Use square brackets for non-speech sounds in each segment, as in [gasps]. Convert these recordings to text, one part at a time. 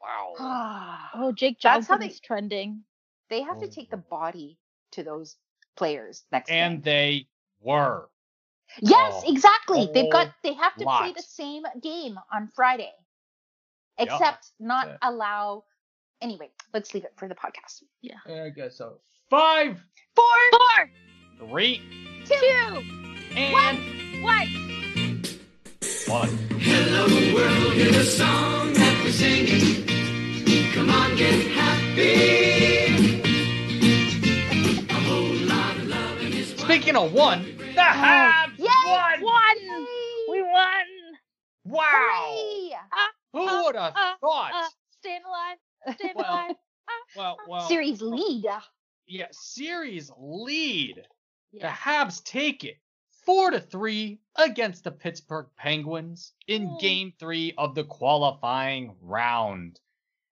Wow. they Oh, Jake That's how Johnson they- is trending. have to take the body to those players next Oh. And game. they were. Yes, Oh, exactly. They've got whole they have to play lot. the same game on Friday. Yeah. Except not Yeah. allow anyway, let's leave it for the podcast. I guess so. Five, Four, Four, three, two, and one. one. Speaking of one, the Habs Yay! won. One. We won. Wow. Hooray! Who would have uh, thought? Uh, staying alive. Staying Well, alive. well, well. Series lead. Yeah, series lead. Yeah. The Habs take it four to three against the Pittsburgh Penguins in Hmm. Oh. Game Three of the qualifying round.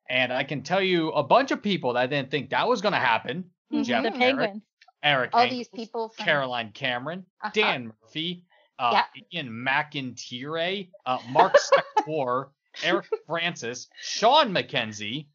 And I can tell you, a bunch of people that didn't think that was going to happen. Mhm, Jeff the Merrick, Penguins. Eric, All Engels, these people from Caroline Cameron, Uh-huh. Dan Murphy, uh, Yeah. Ian McIntyre, uh, [laughs] Mark Sector, Eric Francis, Sean McKenzie.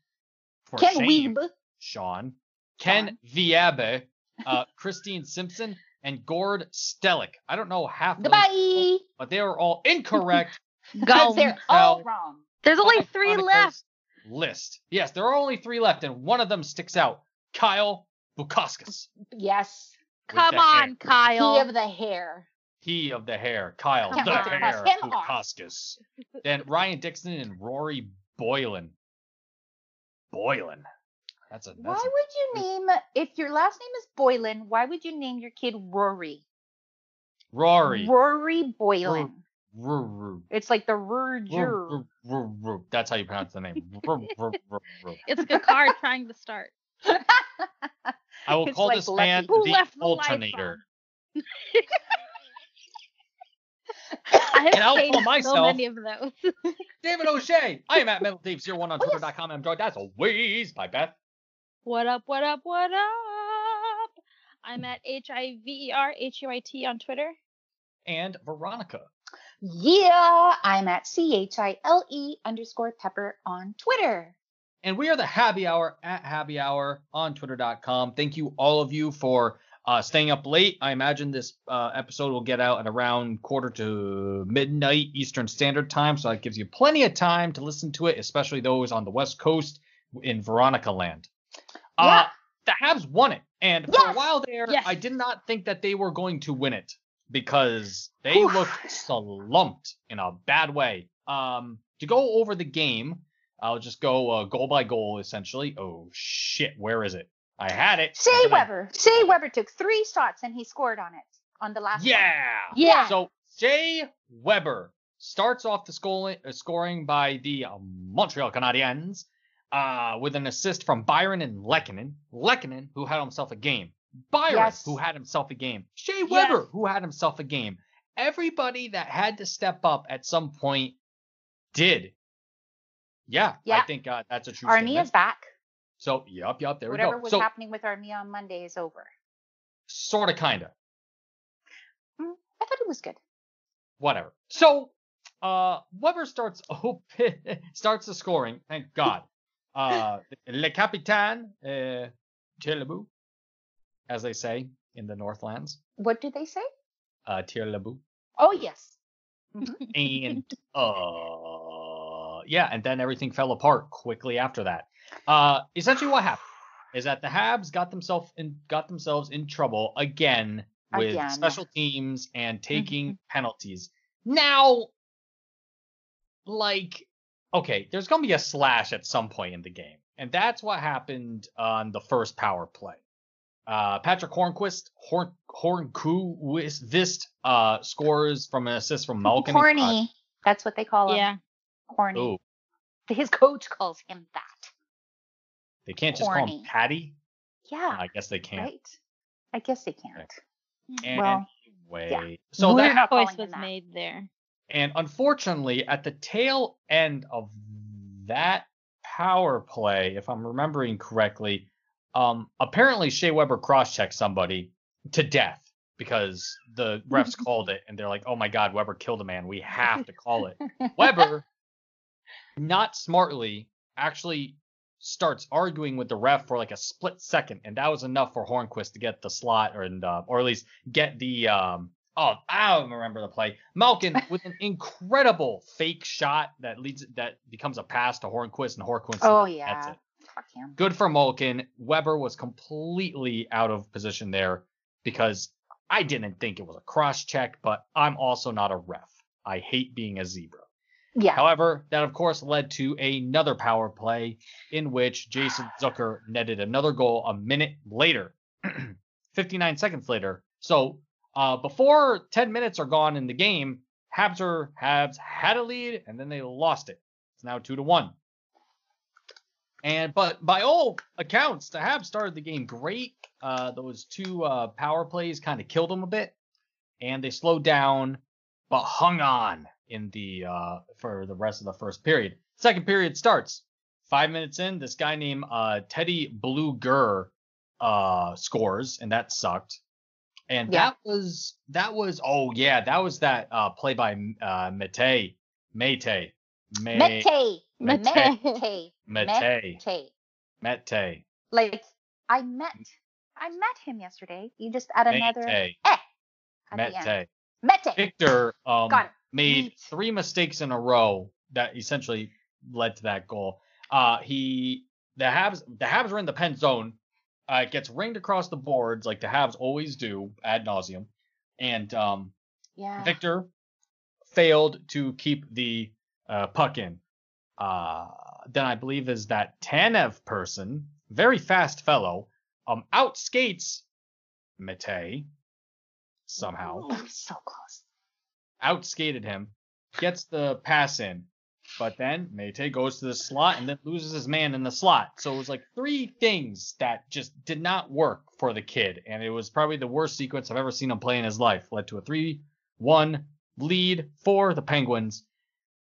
For Ken shame. Weeb. Sean, Ken Viabe, uh, [laughs] Christine Simpson, and Gord Stellick. I don't know half of those, Goodbye. but they were all incorrect. Gone. They're all No. wrong. There's only Five three Chronicles left. List. Yes, there are only three left, and one of them sticks out. Kyle Bukowskis. Yes. with Come the hair. on, Kyle. He of the hair. He of the hair. Kyle Come the on. hair. Him off. Bukowskis. Then Ryan Dixon and Rory Boylan. Boylan. That's a that's Why a- would you name if your last name is Boylan? Why would you name your kid Rory? Rory. Rory Boylan. Roo, It's like the roo, Rurger. roo, roo, roo. That's how you pronounce the name. Roo, [laughs] roo, roo, roo. It's [laughs] Gakar trying to start. I will It's call like this Lucky. man Who the left the lights alternator. I have And I'll saved call so myself- many of those. David O'Shea. I [laughs] am at Metal Dave 01 on Oh, yes. Twitter.com. I'm joined as always by Beth. what up? What up? What up? I'm at H I V E R H U I T on Twitter. And Veronica. yeah, I'm at C H I L E underscore pepper on Twitter. And we are the Happy Hour at Happy Hour on Twitter.com. Thank you, all of you, for uh, staying up late. I imagine this uh, episode will get out at around quarter to midnight Eastern Standard Time. So that gives you plenty of time to listen to it, especially those on the West Coast in Veronica land. Uh, the Habs won it. And for a Yes! while there, Yes. I did not think that they were going to win it because they Oof. looked slumped in a bad way. Um, to go over the game, I'll just go uh, goal by goal essentially. Oh shit, where is it? I had it. Shea and then I- Weber. Shea Weber took three shots and he scored on it on the last one. Yeah. Yeah. So Shea Weber starts off the scoring, scoring by the uh, Montreal Canadiens uh, with an assist from Byron and Lekanen. Lekanen, who had himself a game. Byron, Yes. who had himself a game. Shea Yes. Weber, who had himself a game. Everybody that had to step up at some point did. Yeah, I Yeah. think uh, that's a true Army statement. is back. So, yup, yup, there we Whatever go. was So, happening with Army on Monday is over. sort of, kind of. I thought it was good. whatever. So uh Weber starts [laughs] open starts the scoring, thank God. Uh Le Capitaine uh Tirlabou, as they say in the Northlands. What did they say? Uh Tirlabou. Oh yes. [laughs] And uh yeah, and then everything fell apart quickly after that. Uh essentially what happened is that the Habs got themselves in got themselves in trouble again with Again. Mm-hmm. special teams and taking penalties. Now, like, okay, there's gonna be a slash at some point in the game, and that's what happened on the first power play. Uh, Patrick Hornquist, Horn Hornquist, uh, scores from an assist [laughs] from Malkin. Horny. Uh, That's what they call him. yeah. Horny. ooh, His coach calls him that. they can't just call him Horny. Patty. Yeah. I guess they can't. Right? I guess they can't. Well, Anyway, yeah. so We're that not calling Choice him was that. made there. And unfortunately, at the tail end of that power play, if I'm remembering correctly, um, apparently Shea Weber cross-checked somebody to death because the [laughs] refs called it, and they're like, "Oh my God, [laughs] Weber killed a man. We have to call it." Weber, not smartly, actually starts arguing with the ref for like a split second, and that was enough for Hornquist to get the slot, or and uh, or at least get the um. Oh, I don't remember the play. Malkin with an incredible fake shot that leads that becomes a pass to Hornquist, and Hornquist Oh that's yeah. it. Fuck him. Good for Malkin. Weber was completely out of position there because I didn't think it was a cross check, but I'm also not a ref. I hate being a zebra. Yeah. However, that of course led to another power play in which Jason Zucker netted another goal a minute later, [clears throat] 59 seconds later. So uh, before 10 minutes are gone in the game, Habs are Habs had a lead and then they lost it. It's now two to one. And but by all accounts, the Habs started the game great. Uh, those two uh, power plays kind of killed them a bit, and they slowed down but hung on in the uh for the rest of the first period. Second period starts. Five minutes in, this guy named uh Teddy Blue Gurr uh scores, and that sucked. And Yeah. that was that was oh yeah, that was that uh play by uh Mete. Mete. May- Mete. Mete. Mete. Mete. Mete. Mete. Like I met I met him yesterday. You just add another at Mete. the Mete. end. Mete. Victor um Got it. made Neat. three mistakes in a row that essentially led to that goal. Uh, he the Habs the Habs are in the pen zone. Uh, it gets ringed across the boards like the Habs always do ad nauseum, and um, Yeah. Victor failed to keep the uh, puck in. Uh, then I believe is that Tanev person, very fast fellow, um, outskates Mete somehow Ooh, so close. outskated him, gets the pass in, but then Mete goes to the slot and then loses his man in the slot. So it was like three things that just did not work for the kid, and it was probably the worst sequence I've ever seen him play in his life. Led to a three-one lead for the Penguins,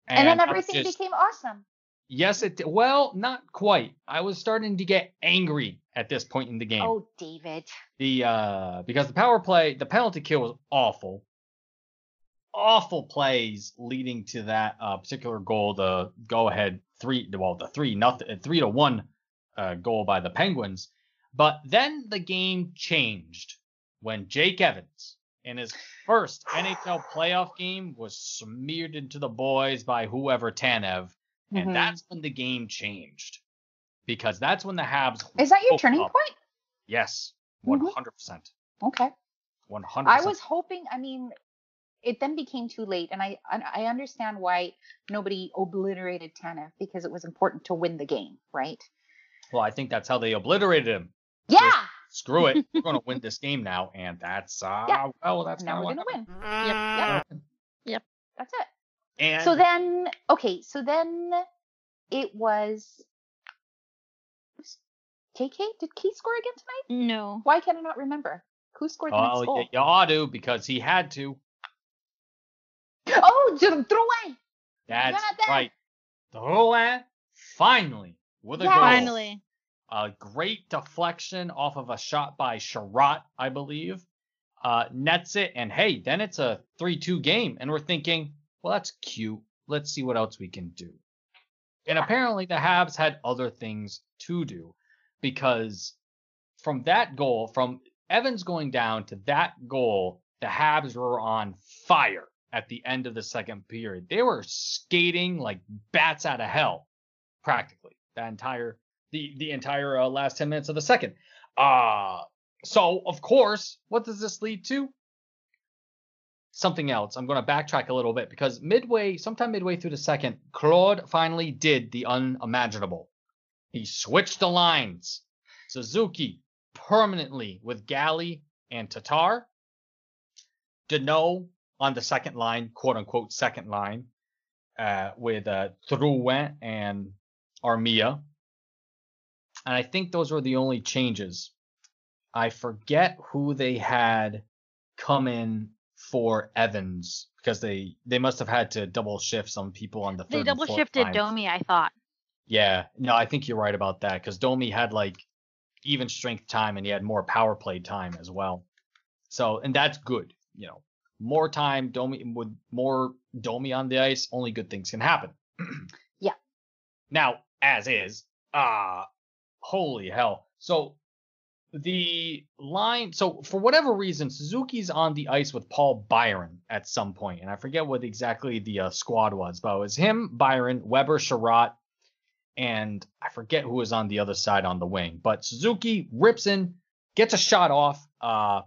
And, then I'm everything just- became awesome. yes, it did. well, not quite. I was starting to get angry at this point in the game Oh, David. the uh because the power play the penalty kill was awful awful plays leading to that uh particular goal the go ahead three well the three nothing three to one uh goal by the penguins but then the game changed when jake evans in his first nhl [sighs] playoff game was smeared into the boys by whoever tanev Mhm. and that's when the game changed because that's when the habs Is that your woke turning up. point? Yes, one Mhm. hundred percent, Okay. one hundred. I was hoping. I mean, it then became too late, and I and I understand why nobody obliterated Tanev because it was important to win the game, right? Well, I think that's how they obliterated him. Yeah. Screw it, we're gonna win this game now, and that's uh, [laughs] Yeah. well, that's now kinda we're what gonna win. Yep, That's it. happened. And so then, okay. So then, it was. KK, did Key score again tonight? yep. No. Why can I not remember? Who scored the next oh, goal? you, you ought to because he had to. Oh, [laughs] throw away. That's not there. right. The Roland finally with a Yeah. goal. Finally. a great deflection off of a shot by Sherratt, I believe. Uh, nets it, and hey, then it's a 3 2 game. And we're thinking, well, that's cute. Let's see what else we can do. And apparently, the Habs had other things to do because from that goal, from Evans going down to that goal, the Habs were on fire at the end of the second period. They were skating like bats out of hell, practically, that entire the the entire uh, last 10 minutes of the second. Uh so of course, what does this lead to? Something else. I'm going to backtrack a little bit because midway, sometime midway through the second, Claude finally did the unimaginable. He switched the lines. Suzuki permanently with Galley and Tatar. Deneau on the second line, quote unquote second line, uh, with uh, Drouin and Armia. And I think those were the only changes. I forget who they had come in for Evans because they they must have had to double shift some people on the third. They and double fourth shifted line. Domi, I thought. Yeah, no, I think you're right about that because Domi had like even strength time and he had more power play time as well. So, and that's good. You know, more time Domi [clears throat] with more Domi on the ice, only good things can happen. Yeah. Now as is. Ah, holy hell. So the line, so for whatever reason, Suzuki's on the ice with Paul Byron at some point, and I forget what exactly the uh, squad was, but it was him, Byron, Weber, Sherratt, and I forget who was on the other side on the wing. But Suzuki rips in, gets a shot off. Uh,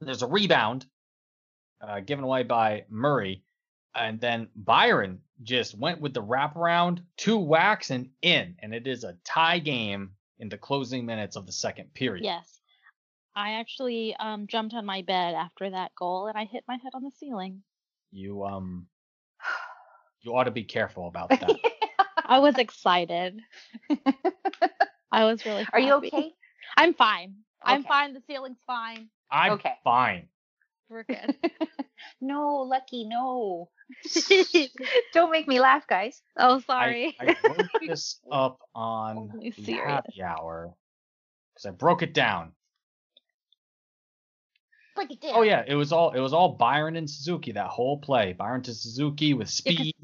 there's a rebound uh, given away by Murray, and then Byron just went with the wraparound, two whacks and in, and it is a tie game in the closing minutes of the second period. Yes. I actually um, jumped on my bed after that goal and I hit my head on the ceiling. You um, [sighs] you ought to be careful about that. I was excited. [laughs] I was really. Are you happy. okay? [laughs] I'm fine. I'm Okay. fine. The ceiling's fine. [laughs] I'm Okay. fine. We're good. [laughs] [laughs] no, Lucky, no. [laughs] oh, Don't make me laugh, guys. sorry. I, uh, I wrote this up on Only the serious. happy hour because I broke it down. Break it down. Oh yeah, it was all it was all Byron and Suzuki that whole play. Byron to Suzuki with speed.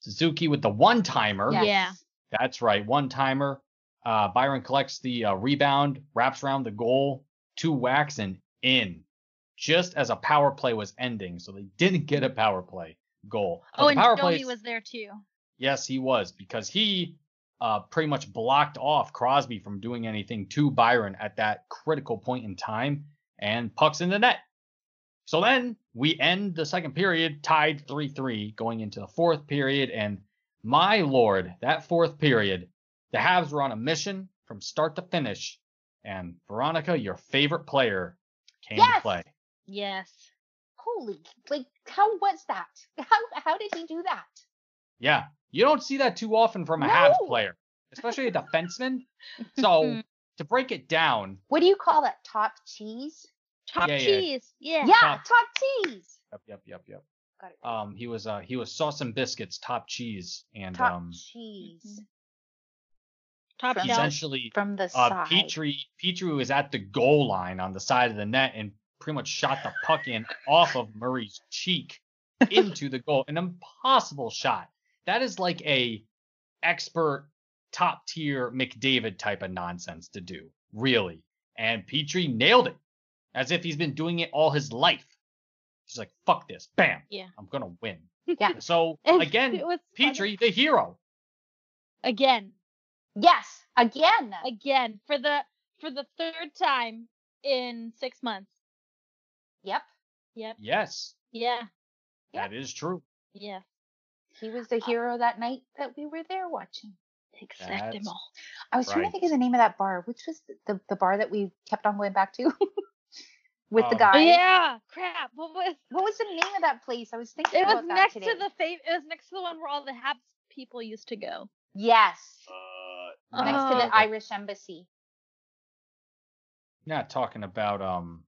Suzuki with the one timer. Yeah. That's right, one timer. Uh, Byron collects the uh, rebound, wraps around the goal, two whacks and in. Just as a power play was ending, so they didn't get a power play goal. But oh, the and power Stoney plays- was there too. Yes, he was because he uh, pretty much blocked off Crosby from doing anything to Byron at that critical point in time, and pucks in the net. So then we end the second period tied 3 3, going into the fourth period. And my lord, that fourth period, the Habs were on a mission from start to finish. And Veronica, your favorite player, came to Yes! play. Yes. Holy, like, how was that? How how did he do that? Yeah. You don't see that too often from a No. Habs player, especially a defenseman. [laughs] So Mhm. to break it down, What do you call that? Top cheese? Top Yeah, yeah. cheese. Yeah. Yeah, Top- top, cheese. yep, yep, yep, yep. Got it. Um, he was uh he was sauce and biscuits, top cheese, and top um cheese Top From- shelf. essentially from the uh side. Petrie Petrie was at the goal line on the side of the net and pretty much shot the puck in off of Murray's [laughs] cheek into the goal. An impossible shot. That is like a expert top tier McDavid type of nonsense to do, really. And Petrie nailed it. As if he's been doing it all his life. He's like, fuck this. Bam. Yeah. I'm gonna win. Yeah. So And again, [laughs] it was funny. Petrie, the hero. Again. Yes, again. Again. For the for the third time in six months. yep, Yep. Yes, Yeah. Yeah. that is true. Yeah. he was Uh, the hero that night that we were there watching. Exact 'em That's- all. I was trying Right. to think of the name of that bar, which was the the bar that we kept on going back to [laughs] with the Um, Oh, guy. yeah. Crap. What was What was the name of that place? I was thinking [laughs] it about was that next today. to the fam- it was next to the one where all the Habs people used to go. yes, Uh, next to Oh. the Irish embassy. Not talking about um,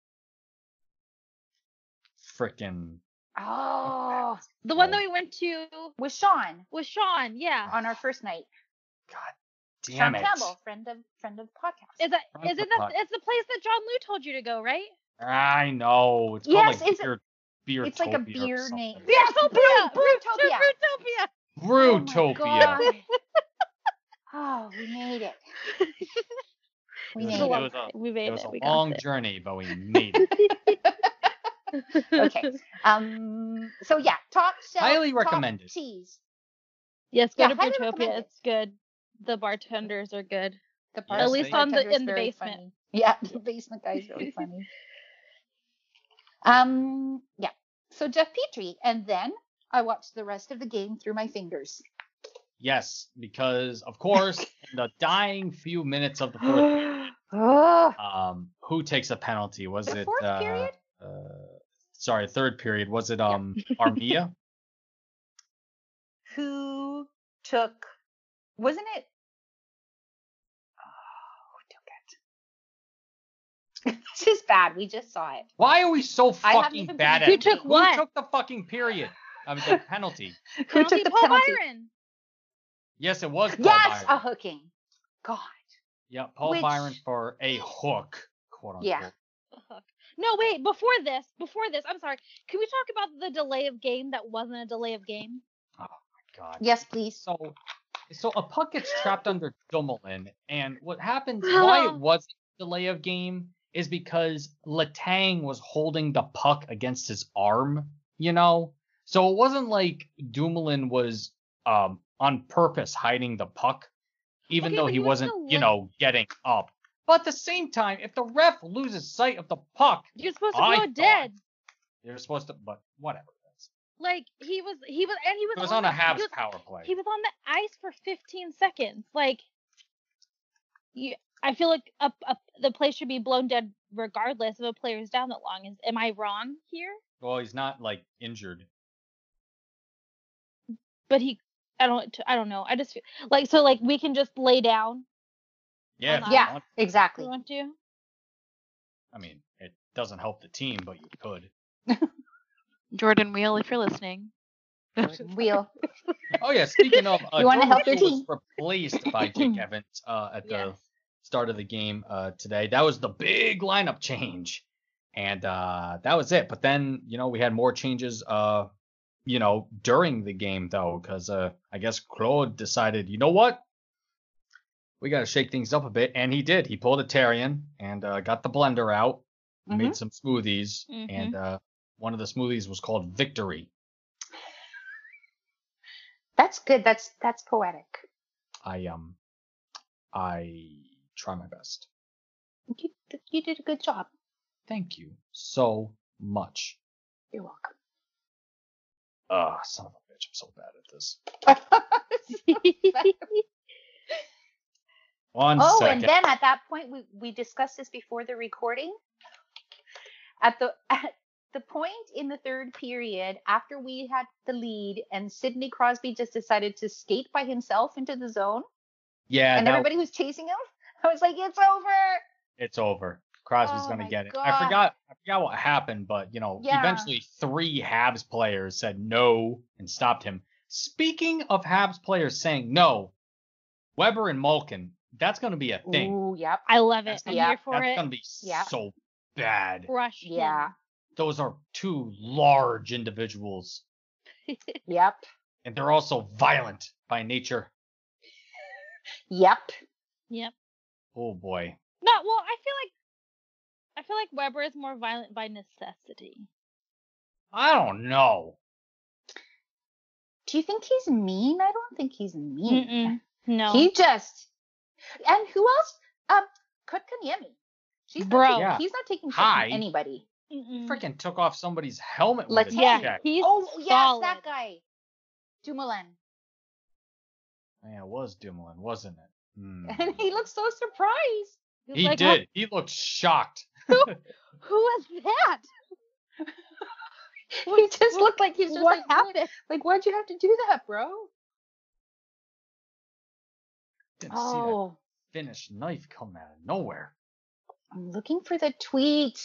frickin' Oh, The one Oh. that we went to with Sean was Sean, yeah. on our first night. damn Sean it. Campbell, friend of friend of podcast. Is that Front is of it the the puck. it's the place that John Lou told you to go, right? I know. It's Yes, called like it's a- beer, beer. it's like a beer name. Oh Yes, Brewtopia! Brewtopia. Brewtopia! [laughs] Brutopia. Oh, my God. oh, we made it. We It was, made a it long it. was a, We made it was it. a We long got journey, but we made [laughs] it. it. [laughs] Okay. Um. So yeah, top shelf. Highly top recommended. Cheese. Yes, go Yeah, to highly Brewtopia. recommend it. It's good. The bartenders are good. The At bar- least on the- bartender's in the very basement. funny. Yeah, [laughs] the basement guy's really funny. Um. Yeah. So Jeff Petrie, and then I watched the rest of the game through [gasps] my fingers. yes, because [laughs] of course, in the dying few minutes of the fourth, [gasps] oh, um, who takes a penalty? Was the it fourth uh, period. uh, sorry, third period? Was it Yeah. um [laughs] Armia? Who took? Wasn't it? Oh, who took it? [laughs] this is bad. We just saw it. Why are we so I haven't fucking even bad been- at Who it? took Who what? took the fucking period? I mean, the penalty. Who Penalty took the Paul penalty? Byron. Yes, it was Paul Yes, a Byron. hooking. God. yeah, Paul which- Byron for a hook, quote unquote. Yeah. Ugh. No, wait, before this, before this, I'm sorry. Can we talk about the delay of game that wasn't a delay of game? God. Yes, please. So So a puck gets trapped under Dumoulin, and what [laughs] happens? Why it was delay of game is because Latang was holding the puck against his arm. You know, so it wasn't like Dumoulin was um, on purpose hiding the puck, even Okay, though but he you wasn't, also you let- know, getting up. But at the same time, if the ref loses sight of the puck, You're supposed to I blow thought- it dead. they're supposed to. But whatever. Like he was, he was, and he was. It was on a the- he Habs was- power play. He was on the ice for 15 seconds. Like, you, I feel like a, a, the play should be blown dead regardless if a player's down that long. Is am I wrong here? Well, he's not like injured. But he, I don't, I don't know. I just feel, like so like we can just lay down. Yeah. if Hold you Yeah, want- If we exactly. want to. I mean, it doesn't help the team, but you could. Jordan Wheel, if you're listening. Wheel. Oh yeah. Speaking [laughs] of, uh, You wanna Jordan help your Wheel was Replaced [laughs] by Jake Evans uh, at the Yes. start of the game uh, today. That was the big lineup change, and uh, that was it. But then you know we had more changes, uh, you know, during the game though, because uh, I guess Claude decided, you know what, we got to shake things up a bit, and he did. He pulled a Tarian and uh, got the blender out, Mm-hmm. made some smoothies, Mhm. and uh, one of the smoothies was called Victory. That's good. That's that's poetic. I um, I try my best. You, you did a good job. Thank you so much. [laughs] You're welcome. Ah, son of a bitch, I'm so bad at this. One oh, second. and then at that point, we, we discussed this before the recording. At the [laughs] at the point in the third period, after we had the lead, and Sidney Crosby just decided to skate by himself into the zone, yeah, and now everybody was chasing him. I was like, "It's over!" it's over. Crosby's Oh gonna my get it. God. I forgot. I forgot what happened, but you know, Yeah. eventually three Habs players said no and stopped him. Speaking of Habs players saying no, Weber and Malkin, that's gonna be a thing. Ooh, yep. [laughs] I love it. That's I'm gonna- here for that's it. gonna be Yeah. so bad. Rush. him. Yeah. Those are two large individuals, [laughs] Yep. and they're also violent by nature. Yep. Yep. Oh boy. No. Well, I feel like. I feel like Weber is more violent by necessity. I don't know. Do you think he's mean? I don't think he's mean. Mm-mm. No. He just. And who else? Um, Kotkaniemi. She's not Bro. taking- Yeah. he's not taking shit Hi. from anybody. Mm-mm. Freaking took off somebody's helmet. With Let's- a Yeah, jack. he's oh yes, solid. that guy, Dumoulin, Yeah, it was Dumoulin, wasn't it? [laughs] Hmm. and he looked so surprised. He's he like, did. He looked shocked. Who was that? [laughs] he just looked like he's just what like, happened? like, why'd you have to do that, bro? Didn't see Oh, that Finnish knife come out of nowhere. I'm looking for the tweet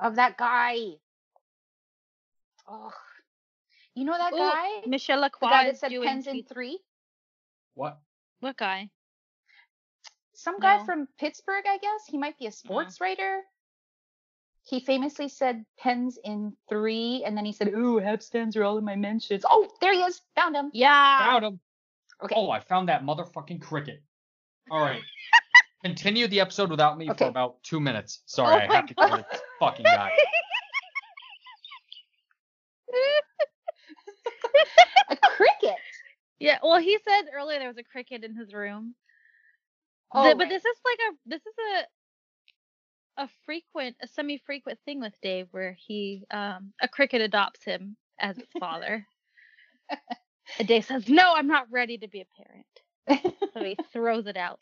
of that guy. Oh, you know that Ooh, guy? Michelle The guy Lacroix that is said doing pens in tweets. three. What? What guy? some guy No. from Pittsburgh, I guess. He might be a sports writer. He famously said pens in three, and then he said, Ooh, Hab stands are all in my mentions. Oh, there he is. Found [laughs] him. Yeah. Found him. Okay. Oh, I found that motherfucking cricket. [laughs] All right. Continue the episode without me Okay. for about two minutes. Sorry, Oh I my have to go to this fucking guy. [laughs] A cricket. Yeah. Well, he said earlier there was a cricket in his room. Oh, [laughs] The- right. but this is like a this is a a frequent a semi frequent thing with Dave where he um a cricket adopts him as his father. and Dave says, "No, I'm not ready to be a parent." so [laughs] he throws it out.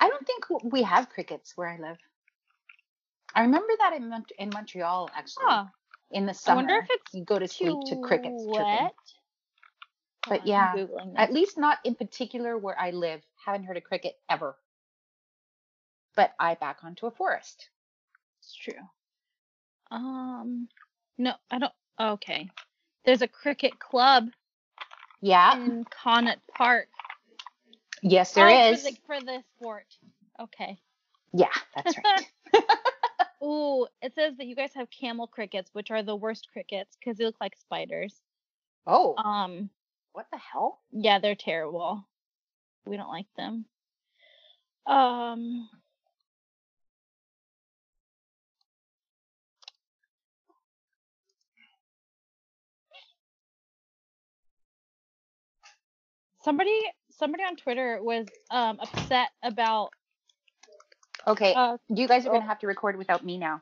I don't think w- we have crickets where I live. I remember that in, Mont- in Montreal, actually, Huh. in the I summer. wonder if it's you go to sleep to crickets too chirping. wet. But Hold on, I'm yeah, Googling At this. least not in particular where I live. Haven't heard a cricket ever. But I back onto a forest. It's true. Um, no, I don't. Okay, there's a cricket club Yeah. in Connaught Park. Ah. Yes, there Oh, is. for the, for the sport. Okay. Yeah, that's right. [laughs] Ooh, it says that you guys have camel crickets, which are the worst crickets because they look like spiders. Oh, Um, What the hell? Yeah, they're terrible. We don't like them. Um. Somebody, somebody on Twitter was um, upset about. Okay, Uh, you guys are oh. gonna have to record without me now.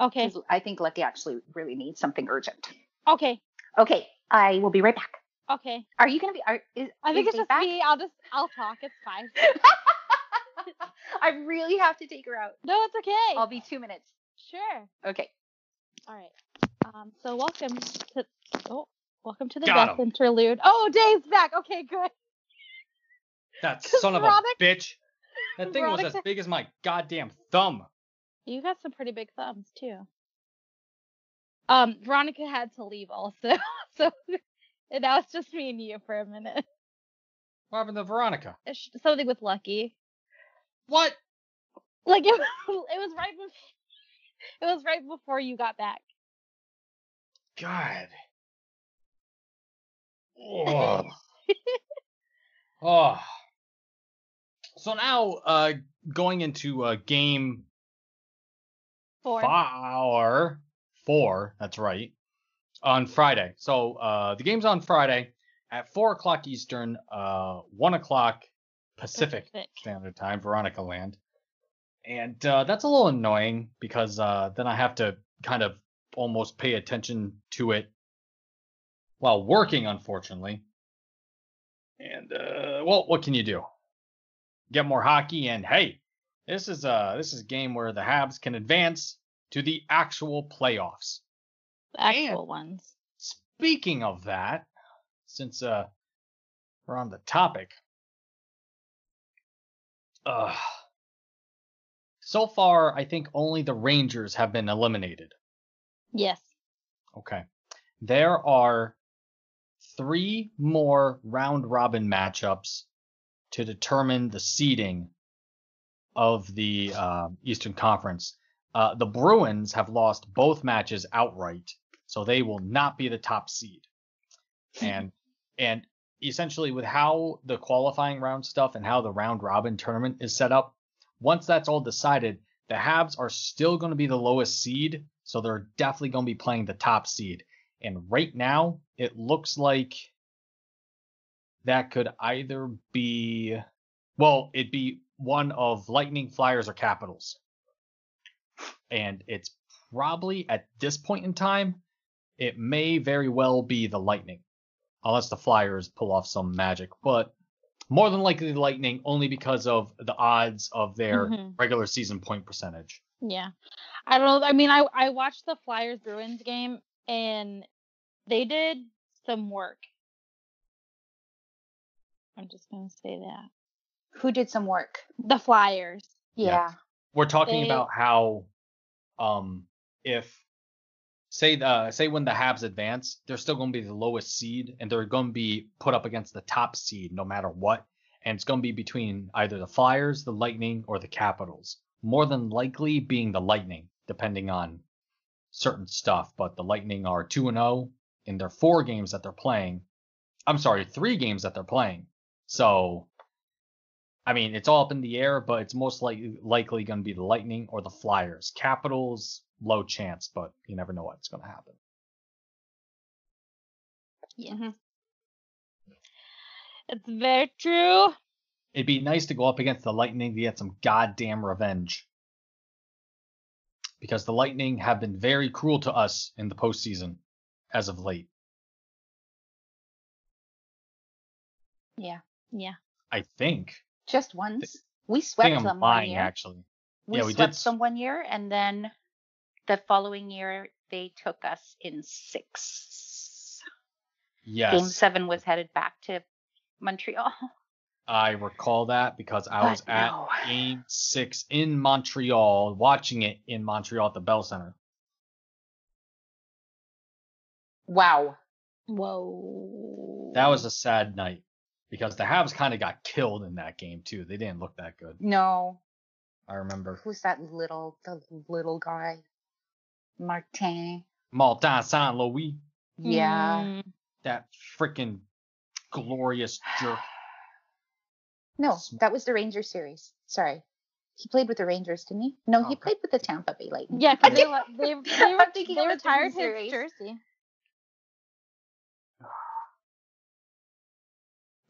okay, 'cause I think Lucky actually really needs something urgent. okay, Okay, I will be right back. okay. Are you gonna be? Are, is, I think is it's Dave just me. I'll just, I'll talk. It's fine. back? [laughs] I really have to take her out. No, it's okay. I'll be two minutes. sure. Okay. All right. Um, so welcome to oh, welcome to the Got death interlude. Oh, Dave's back. Okay, good. That Cause son of a Veronica- bitch. That thing was as Veronica- big as my goddamn thumb. You got some pretty big thumbs too. Um, Veronica had to leave also, [laughs] so and now it's just me and you for a minute. What happened to Veronica? It's something with Lucky. What? Like [laughs] it, was- it was right before. It was right before you got back. God. Ugh. oh. So now, uh, going into uh, game Four. Four. Four. That's right. On Friday. So uh, the game's on Friday at four o'clock Eastern, uh, one o'clock Pacific Standard Time, Veronica Land, and uh, that's a little annoying because uh, then I have to kind of almost pay attention to it while working, unfortunately. And uh, well, what can you do? Get more hockey, and hey, this is uh this is a game where the Habs can advance to the actual playoffs. The actual ones. Speaking of that, since uh we're on the topic. Uh so far I think only the Rangers have been eliminated. Yes. Okay. There are three more round robin matchups to determine the seeding of the uh, Eastern Conference. Uh, the Bruins have lost both matches outright, so they will not be the top seed. And and essentially with how the qualifying round stuff and how the round robin tournament is set up, once that's all decided, the Habs are still going to be the lowest seed, so they're definitely going to be playing the top seed. And right now, it looks like that could either be, well, it'd be one of Lightning, Flyers, or Capitals. And it's probably at this point in time, it may very well be the Lightning, unless the Flyers pull off some magic. But more than likely, the Lightning, only because of the odds of their Mhm. regular season point percentage. Yeah. I don't know. I mean, I I watched the Flyers Bruins game and they did some work. I'm just going to say that. Who did some work? The Flyers. Yeah. Yeah. We're talking They- about how um if say the uh, say when the Habs advance, they're still going to be the lowest seed and they're going to be put up against the top seed no matter what and it's going to be between either the Flyers, the Lightning or the Capitals. More than likely being the Lightning depending on certain stuff, but the Lightning are 2 and 0 in their four games that they're playing. I'm sorry, three games that they're playing. So I mean, it's all up in the air, but it's most likely likely going to be the Lightning or the Flyers. Capitals, low chance, but you never know what's going to happen. Yeah. Mhm. It's very true. It'd be nice to go up against the Lightning to get some goddamn revenge. Because the Lightning have been very cruel to us in the postseason as of late. Yeah. I think. Just once. We I think swept I'm them one lying, year. actually. We Yeah, we did swept s- them one year, and then the following year they took us in six. Yes. Game seven was headed back to Montreal. [laughs] I recall that because I was But at no. game six in Montreal, watching it in Montreal at the Bell Center. Wow. Whoa. That was a sad night because the Habs kind of got killed in that game too. They didn't look that good. No. I remember Who's that little the little guy? Martin. Maltin Saint Louis, Yeah. Mm. that freaking glorious jerk. [sighs] No, Sm- that was the Ranger series. Sorry. He played with the Rangers, didn't he? No, he Okay. played with the Tampa Bay Lightning. Yeah, I because they, li- they, [laughs] they, I'm re- thinking they of a retired different his series. jersey.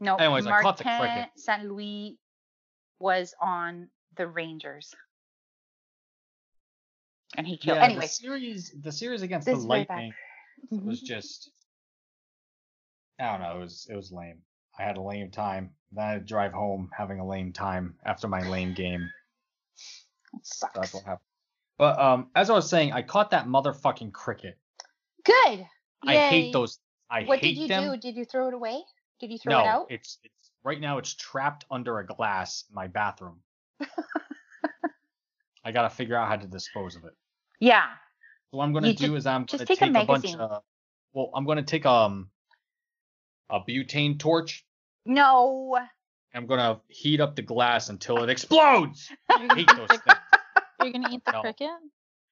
No, Anyways, I caught the Martin cricket. St. Louis was on the Rangers. And he killed. Yeah, the anyway, series the series against This the is Mm-hmm. way back. Lightning was [laughs] just I don't know, it was it was lame. I had a lame time. Then I had to drive home having a lame time after my lame game. it So that's sucks. what happened. But um as I was saying, I caught that motherfucking cricket. Good. I hate [laughs] those I What hate did you them. do? Did you throw it away? Did you throw no, it out? It's, it's right now it's trapped under a glass in my bathroom. [laughs] I gotta figure out how to dispose of it. yeah. So what I'm gonna You do ju- is I'm just gonna take a take, a, bunch magazine. of well, I'm gonna take um a butane torch. No. and I'm gonna heat up the glass until it explodes. You're I gonna, hate [laughs] those things. you're gonna eat the No. cricket?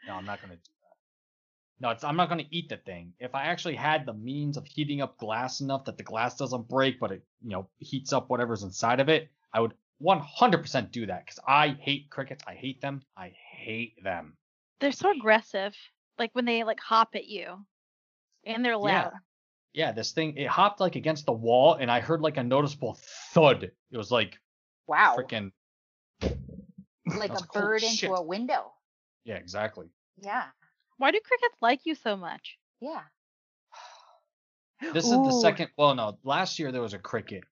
No, I'm not gonna do that. No, it's, I'm not gonna eat the thing. If I actually had the means of heating up glass enough that the glass doesn't break, but it you know heats up whatever's inside of it, I would 100% do that because I hate crickets. I hate them. I hate them. They're so aggressive. Like when they like hop at you, and they're loud. Yeah, this thing it hopped like against the wall, and I heard like a noticeable thud. It was like Wow. freaking like I was like, a "Holy bird into shit." a window. yeah, exactly. Yeah. Why do crickets like you so much? Yeah. This is the Ooh. second. Well, no, last year there was a cricket,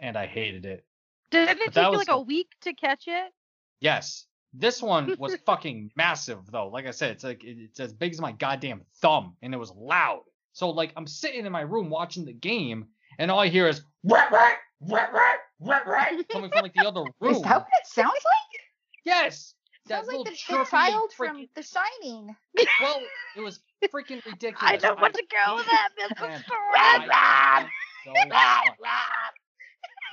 and I hated it. Didn't it that take was you like the- a week to catch it? Yes. This one was fucking massive though. Like I said, it's like it- it's as big as my goddamn thumb and it was loud. So like I'm sitting in my room watching the game and all I hear is rat rat rat rat rat rat coming from like the other room. Is that what it sounds like? Yes. That sounds like little the, the chirpy child from freaking- The Shining. [laughs] Well, it was freaking ridiculous. I don't want to go with that. [laughs] That's Man, a I story. hate Rat, them so much.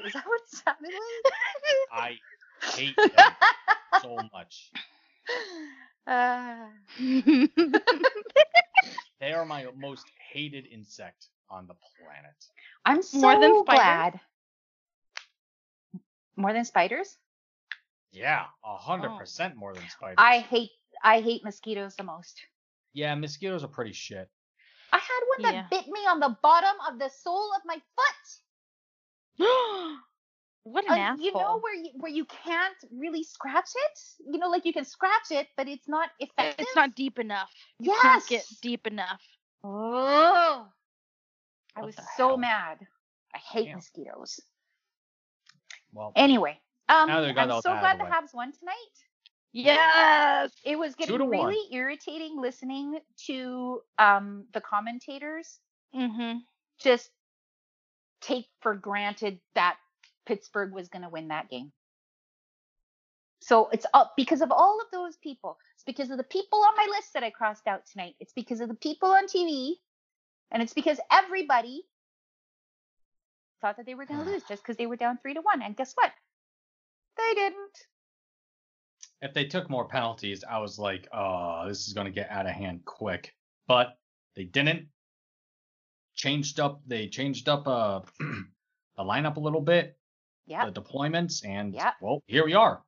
Is that what it sounded like? I hate them so much. [laughs] Uh, They are my most hated insect on the planet. I'm so More than spiders? glad. More than spiders? Yeah, a hundred Oh. percent more than spiders. I hate I hate mosquitoes the most. yeah, mosquitoes are pretty shit. I had one that Yeah. bit me on the bottom of the sole of my foot. [gasps] what an Uh, asshole! you know where you, where you can't really scratch it? You know, like you can scratch it, but it's not effective. it's not deep enough. Yes. Can't get deep enough. Oh. I What was the so hell? mad. I hate Damn. mosquitoes. Well, Anyway, um, Now that we got I'm all so that out glad of the the way. Habs won tonight. Yes. It was getting to really one. irritating listening to um, the commentators Mm-hmm. just take for granted that Pittsburgh was going to win that game. So it's up because of all of those people. It's because of the people on my list that I crossed out tonight. It's because of the people on TV. And it's because everybody thought that they were going [sighs] to lose just because they were down three to one. And guess what? They didn't. if they took more penalties, I was like, "Oh, this is gonna get out of hand quick." But they didn't. Changed up. They changed up uh [clears throat] the lineup a little bit, Yeah. the deployments, and Yep. well, here we are,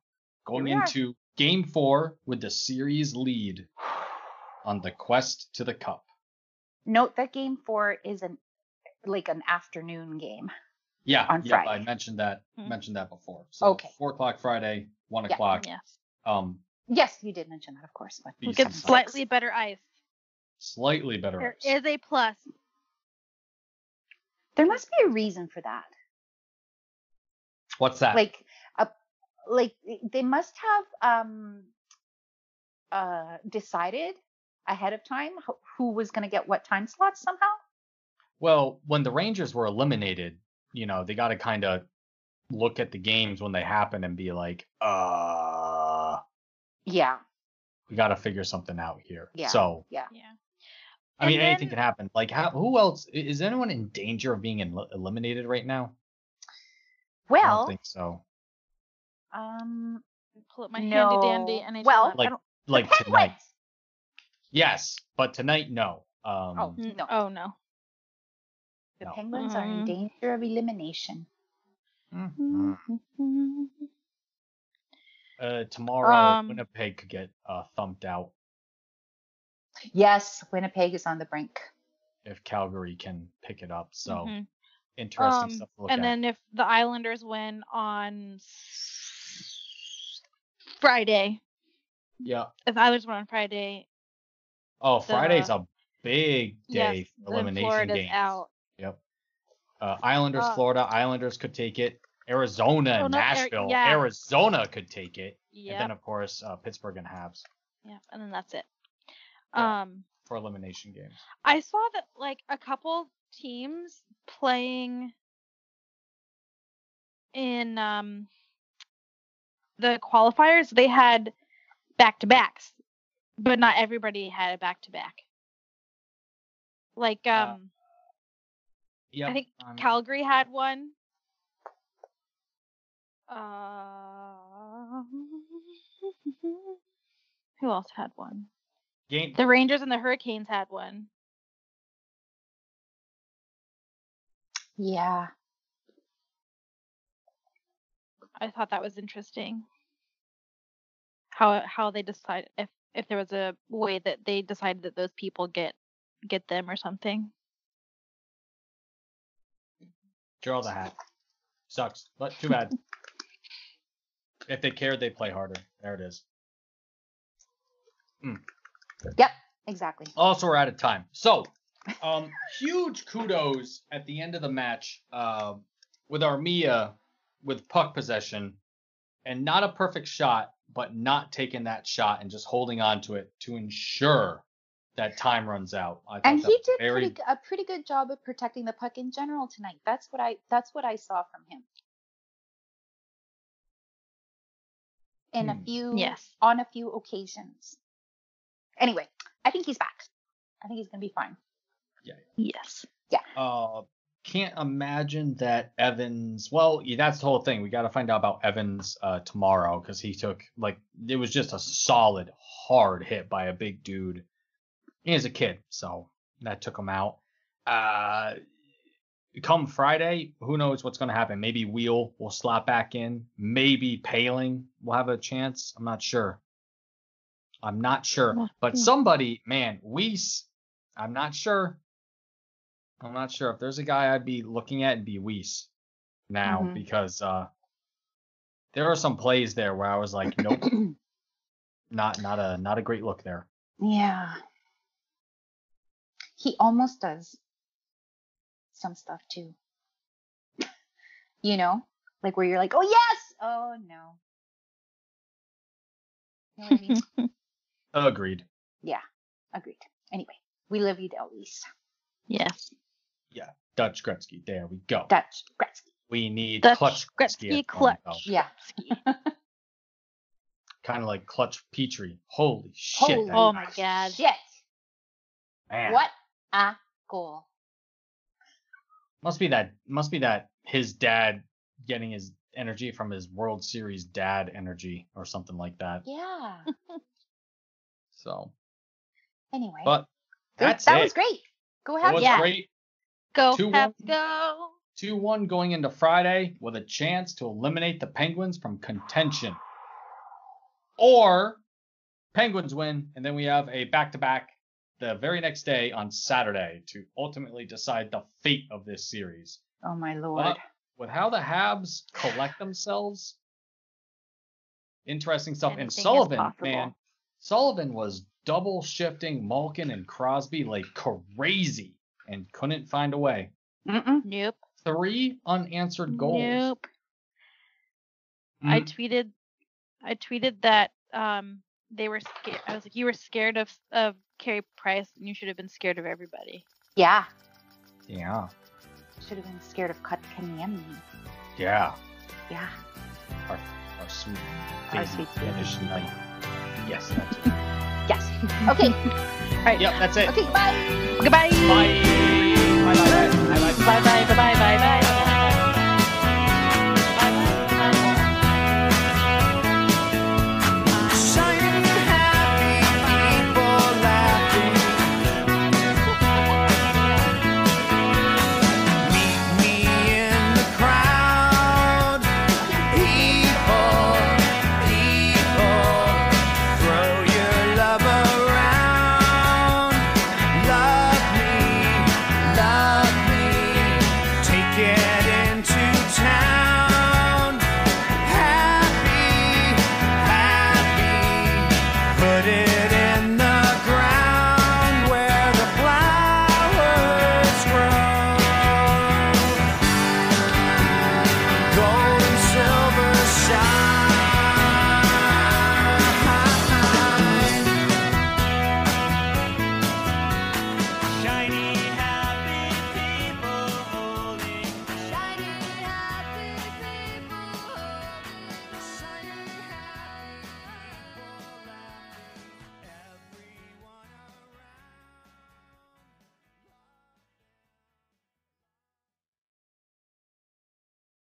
going we are. into Game Four with the series lead [sighs] on the quest to the cup. Note that game four is an like an afternoon game. Yeah, On yeah, I Friday. Hmm. mentioned that Mhm. mentioned that before. So Okay. four o'clock Friday, one Yeah. o'clock. Yes. Um, Yes, you did mention that, of course. But We BC get side. slightly better ice. slightly better. There ice. is a plus. there must be a reason for that. What's that? Like a like they must have um uh decided ahead of time who- who was going to get what time slots somehow. Well, when the Rangers were eliminated, you know, they got to kind of look at the games when they happen and be like, uh, Yeah. we got to figure something out here. Yeah. So, Yeah. I mean, And anything can then- happen. Like, how, who else i- is anyone in danger of being el- eliminated right now? I don't Well, think so. um Pull up my no. handy dandy NHL. Well, Like, I don't, Like the tonight, Penguins! yes, but tonight, no. Um, Oh. Mm, No. Oh no. The No. penguins are in Mm. danger of elimination. Mm-hmm. Mhm. Uh, tomorrow, Um, Winnipeg could get uh, thumped out Yes, Winnipeg is on the brink. if Calgary can pick it up. So Mhm. interesting Um, stuff to look and at. then if the Islanders win on s- Friday, yeah. if the Islanders win on Friday, Oh, the- Friday's a big yes, day for then elimination Florida's games. out. Yep. Uh, Islanders, Uh, Florida. Islanders could take it. Arizona and Arizona, Ari- Nashville. yeah. Arizona could take it. And Yeah, then, of course, uh, Pittsburgh and Habs yeah, and then that's it. Yeah. Um, for elimination games. I saw that like a couple teams playing in um the qualifiers, they had back to backs, but not everybody had a back to back. Like Uh, um Yeah. think um, Calgary had one. Um [laughs] who else had one? game. The Rangers and the Hurricanes had one. Yeah. I thought that was interesting. How how they decide if if there was a way that they decided that those people get get them or something. Draw the hat. Sucks, but too [laughs] bad. if they cared, they play harder. There it is. Exactly. Also, we're out of time. [laughs] So, um, huge kudos at the end of the match uh, with Armia with puck possession and not a perfect shot, but not taking that shot and just holding on to it to ensure that time runs out. I thought And that he was did very pretty, a pretty good job of protecting the puck in general tonight. That's what I that's what I saw from him. In a Hmm. few Yes. on a few occasions. Anyway, I think he's back. I think he's gonna be fine. Yes. uh can't imagine that Evans. Well, yeah, that's the whole thing. We got to find out about Evans uh, tomorrow because he took like it was just a solid hard hit by a big dude. He was a kid, so that took him out. Uh, come Friday, who knows what's gonna happen? Maybe Wheel will slot back in. Maybe Paling will have a chance. I'm not sure. I'm not sure, but somebody, man, Weiss. I'm not sure. I'm not sure if there's a guy I'd be looking at and be Weiss now Mhm. because uh there are some plays there where I was like, nope, not not a not a great look there. yeah. He almost does some stuff too. [laughs] You know? Like where you're like, oh yes! Oh no. You know what I mean? Agreed. Agreed. Anyway, we love you, Delise. yes. Dutch Gretzky. There we go. Dutch Gretzky. we need Dutch clutch Gretzky Gretzky. clutch. Yeah. Kind of like clutch Petrie. Holy shit! Holy that Oh my guy- god. Shit. Man. What a goal. Must be that. Must be that his dad getting his energy from his World Series dad energy or something like that. Yeah. [laughs] So, Anyway. but Good- that's that it. was great. Go It have was yeah. great. Go Two Habs, one. go. 2 1 going into Friday with a chance to eliminate the Penguins from contention. Or Penguins win, and then we have a back to back the very next day on Saturday to ultimately decide the fate of this series. Oh my lord. But with how the Habs collect themselves, interesting stuff. Anything and is Sullivan, possible. man, Sullivan was double shifting Malkin and Crosby like crazy and couldn't find a way Mm-mm. Nope. three unanswered goals. Nope. I Mhm. tweeted I tweeted that um they were scared. I was like, you were scared of of Carey Price, and you should have been scared of everybody. Yeah. yeah, Should have been scared of Kotkaniemi. yeah, Yeah. our sweet, Our baby sweet baby. Finnish knight. Yes, that's it. Yes. Okay. Yep, [laughs] that's it. Okay. Bye. Goodbye. Bye. Bye. Bye. Bye. Bye. Bye. Bye bye bye bye bye bye.